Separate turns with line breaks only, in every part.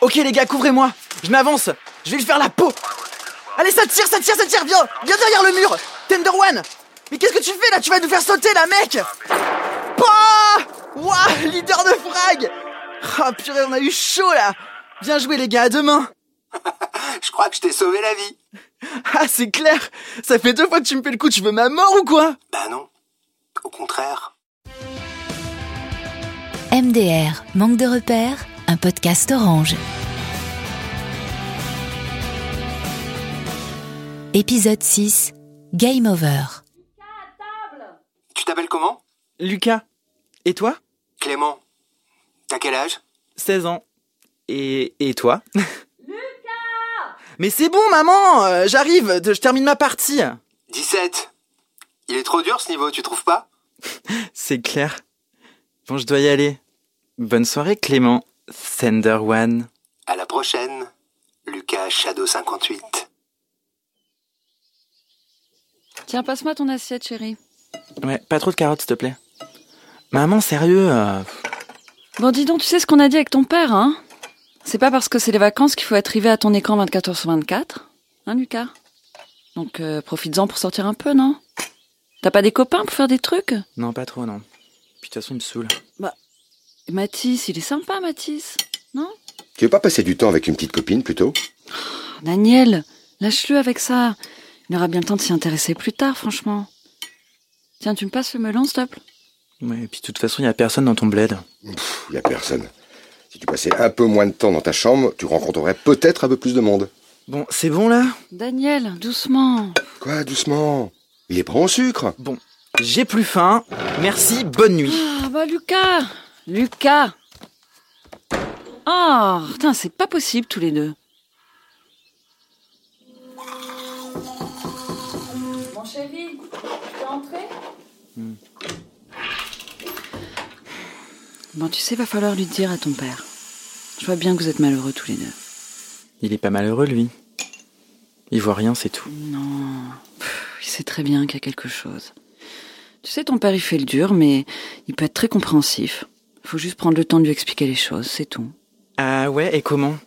Ok les gars, couvrez-moi Je m'avance Je vais lui faire la peau Allez, ça tire, ça tire, ça tire Viens Viens derrière le mur Tender One Mais qu'est-ce que tu fais là Tu vas nous faire sauter là, mec Pouah Ouah Leader de frag Ah purée, on a eu chaud là Bien joué les gars, à demain
Je crois que je t'ai sauvé la vie.
Ah, c'est clair Ça fait deux fois que tu me fais le coup, tu veux ma mort ou quoi
Bah non. Au contraire.
MDR, manque de repères, un podcast orange. Épisode 6, Game Over.
Tu t'appelles comment
Lucas, et toi
Clément. T'as quel âge
16 ans. Et, et toi Lucas Mais c'est bon, maman euh, J'arrive, je termine ma partie
17. Il est trop dur ce niveau, tu trouves pas
C'est clair. Bon, je dois y aller. Bonne soirée, Clément. Sender One.
À la prochaine. Lucas Shadow 58.
Tiens, passe-moi ton assiette, chérie.
Ouais, pas trop de carottes, s'il te plaît. Maman, sérieux euh,
Bon, dis donc, tu sais ce qu'on a dit avec ton père, hein C'est pas parce que c'est les vacances qu'il faut être rivé à ton écran 24h sur 24, hein, Lucas Donc, euh, profites-en pour sortir un peu, non T'as pas des copains pour faire des trucs
Non, pas trop, non. Puis de toute façon, il me saoule.
Et Mathis, il est sympa, Mathis.
Tu veux pas passer du temps avec une petite copine plutôt
Oh, Daniel, lâche-le avec ça. Il aura bien le temps de s'y intéresser plus tard, franchement. Tiens, tu me passes le melon, s'il te plaît
Ouais, et puis de toute façon, il y a personne dans ton bled.
Pff, Y a personne. Si tu passais un peu moins de temps dans ta chambre, tu rencontrerais peut-être un peu plus de monde.
Bon, c'est bon là
Daniel, doucement.
Quoi, doucement Il est prêt en sucre
J'ai plus faim. Merci, bonne nuit.
Ah bah Lucas Lucas Oh, putain, c'est pas possible tous les deux.
Mon chéri, tu peux entrer
Hmm. Bon, tu sais, va falloir lui dire à ton père. Je vois bien que vous êtes malheureux tous les deux.
Il est pas malheureux, lui. Il voit rien, c'est tout.
Non. Pff, il sait très bien qu'il y a quelque chose. Tu sais, ton père, il fait le dur, mais il peut être très compréhensif. Faut juste prendre le temps de lui expliquer les choses, c'est tout.
Ah ouais, et comment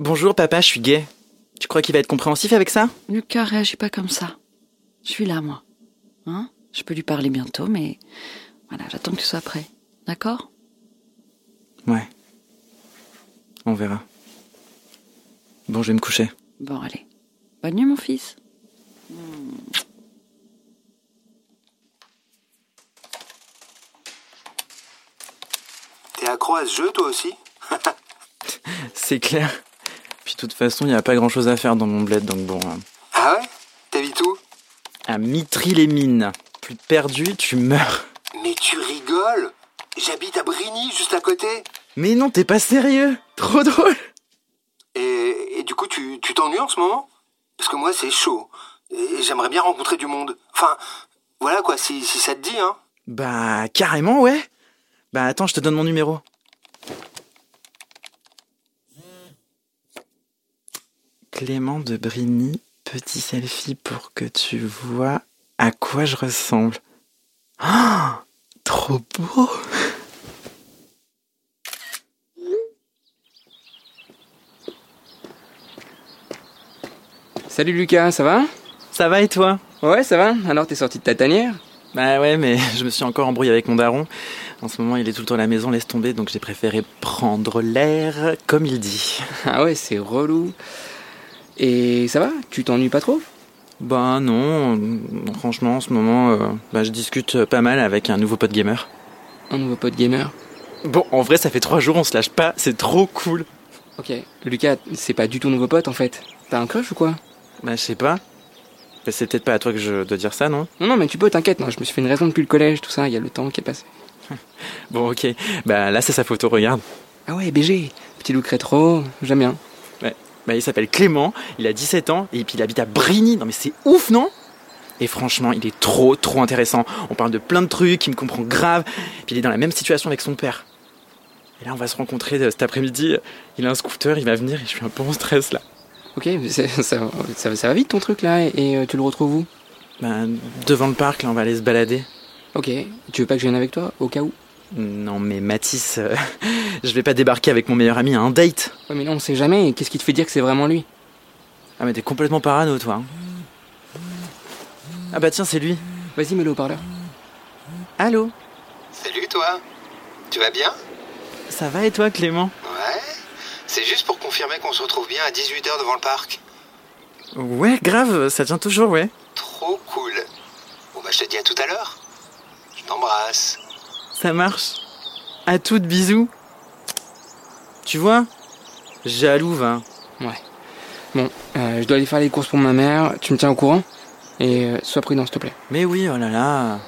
Bonjour, papa, je suis gay. Tu crois qu'il va être compréhensif avec ça
Lucas, réagis pas comme ça. Je suis là, moi. Hein Je peux lui parler bientôt, mais voilà, j'attends que tu sois prêt. D'accord
Ouais. On verra. Bon, je vais me coucher.
Bon, allez. Bonne nuit, mon fils.
T'es accro à ce jeu toi aussi
C'est clair. Puis de toute façon, il n'y a pas grand chose à faire dans mon bled, donc bon. euh,
Ah ouais T'habites où
À mitry les mines. Plus perdu, tu meurs.
Mais tu rigoles J'habite à Brigny, juste à côté.
Mais non, t'es pas sérieux Trop drôle
Et, et du coup, tu tu t'ennuies en ce moment Parce que moi, c'est chaud. Et j'aimerais bien rencontrer du monde. Enfin, voilà quoi, si, si ça te dit, hein.
Bah, carrément, ouais. Bah, attends, je te donne mon numéro. Clément de Brigny, petit selfie pour que tu vois à quoi je ressemble. Ah, trop beau
Salut Lucas, ça va
Ça va et toi
Ouais, ça va. Alors t'es sorti de ta tanière
Bah ouais, mais je me suis encore embrouillé avec mon daron. En ce moment, il est tout le temps à la maison, laisse tomber, donc j'ai préféré prendre l'air, comme il dit.
Ah ouais, c'est relou. Et ça va Tu t'ennuies pas trop
Bah non, franchement, en ce moment, euh, bah, je discute pas mal avec un nouveau pote gamer.
Un nouveau pote gamer.
Bon, en vrai, ça fait trois jours, on se lâche pas, c'est trop cool.
Ok. Lucas, c'est pas du tout nouveau pote en fait. T'as un crush ou quoi
Bah, je sais pas. Bah, c'est peut-être pas à toi que je dois dire ça, non
Non, non, mais tu peux, t'inquiète. Non, je me suis fait une raison depuis le collège, tout ça. Il y a le temps qui est passé.
Bon, ok. Bah, là, c'est sa photo, regarde.
Ah ouais, BG. Petit look rétro. J'aime bien.
Bah, il s'appelle Clément, il a 17 ans, et puis il habite à Brigny. Non, mais c'est ouf, non Et franchement, il est trop, trop intéressant. On parle de plein de trucs, il me comprend grave. Puis il est dans la même situation avec son père. Et là, on va se rencontrer euh, cet après-midi. Il a un scooter, il va venir, et je suis un peu en stress, là.
Ok, mais c'est- ça, ça, ça va vite ton truc là. Et, euh, tu le retrouves où
Bah, devant le Ben, parc, là, on va aller se balader.
Ok. Tu veux pas que je vienne avec toi au cas où
Non mais Mathis, euh, je vais pas débarquer avec mon meilleur ami à un date.
Ouais, mais là, on sait jamais. Qu'est-ce qui te fait dire que c'est vraiment lui
Ah mais t'es complètement parano toi. hein. Ah bah tiens c'est lui.
Vas-y, mets-le au parleur.
Allô
Salut toi Tu vas bien
Ça va et toi Clément
Ouais. C'est juste pour confirmer qu'on se retrouve bien à 18h devant le parc.
Ouais grave, ça tient toujours ouais.
Trop cool. Bon bah je te dis à tout à l'heure. Je t'embrasse.
Ça marche. À toutes bisous. Tu vois Jaloux hein.
Bon, euh, je dois aller faire les courses pour ma mère. Tu me tiens au courant Et euh, sois prudent, s'il te plaît.
Mais oui, oh là là.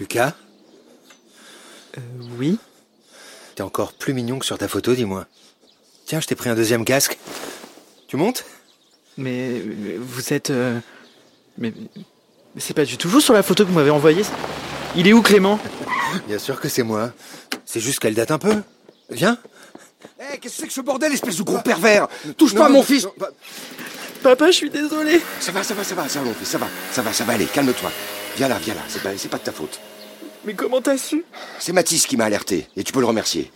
Lucas,
oui
t'es encore plus mignon que sur ta photo, dis-moi. Tiens, je t'ai pris un deuxième casque. Tu montes
Mais mais vous êtes. euh, Mais, mais c'est pas du tout vous sur la photo que vous m'avez envoyée ça Il est où Clément
Bien sûr que c'est moi. C'est juste qu'elle date un peu. Viens.
Eh, qu'est-ce que c'est que ce bordel, espèce de gros pervers Touche pas à mon fils
Papa, je suis désolé.
bah, Ça va, ça va, ça va, ça va, mon fils, ça va, ça va, ça va, allez, calme-toi. Viens là, viens là, c'est pas, c'est pas de ta faute.
Mais comment t'as su
C'est Mathis qui m'a alerté, et tu peux le remercier.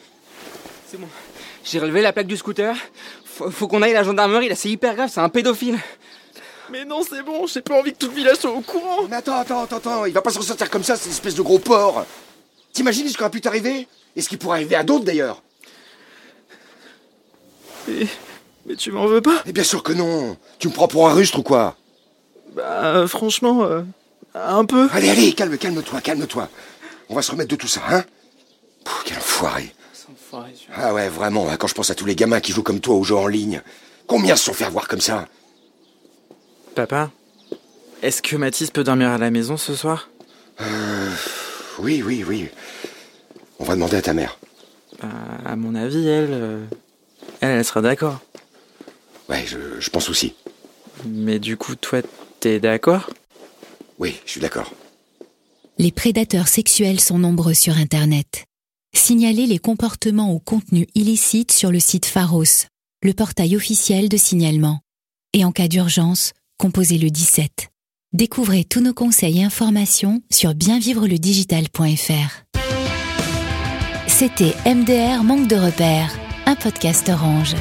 J'ai relevé la plaque du scooter. Faut, faut qu'on aille à la gendarmerie, là, c'est hyper grave, c'est un pédophile.
Mais non, c'est bon, j'ai pas envie que tout le village soit au courant.
Mais attends, attends, attends, attends, il va pas se ressortir comme ça, cette espèce de gros porc T'imagines ce qui aurait pu t'arriver Et ce qui pourrait arriver à d'autres, d'ailleurs
Mais, mais tu m'en veux pas
Mais bien sûr que non Tu me prends pour un rustre ou quoi
Bah, euh, franchement, euh, un peu.
Allez, allez, calme, calme-toi, calme-toi. On va se remettre de tout ça, hein Pff, Quel enfoiré Ah ouais, vraiment, hein, quand je pense à tous les gamins qui jouent comme toi aux jeux en ligne, combien se sont fait avoir comme ça
Papa, est-ce que Mathis peut dormir à la maison ce soir
Oui, oui, oui. On va demander à ta mère.
Bah, à mon avis, elle. euh, Elle, elle sera d'accord.
Ouais, je, je pense aussi.
Mais du coup, toi, t'es d'accord
Oui, je suis d'accord.
Les prédateurs sexuels sont nombreux sur Internet. Signalez les comportements ou contenus illicites sur le site Pharos, le portail officiel de signalement. Et en cas d'urgence, composez le 17. Découvrez tous nos conseils et informations sur bienvivreledigital.fr. C'était MDR Manque de repères, un podcast orange.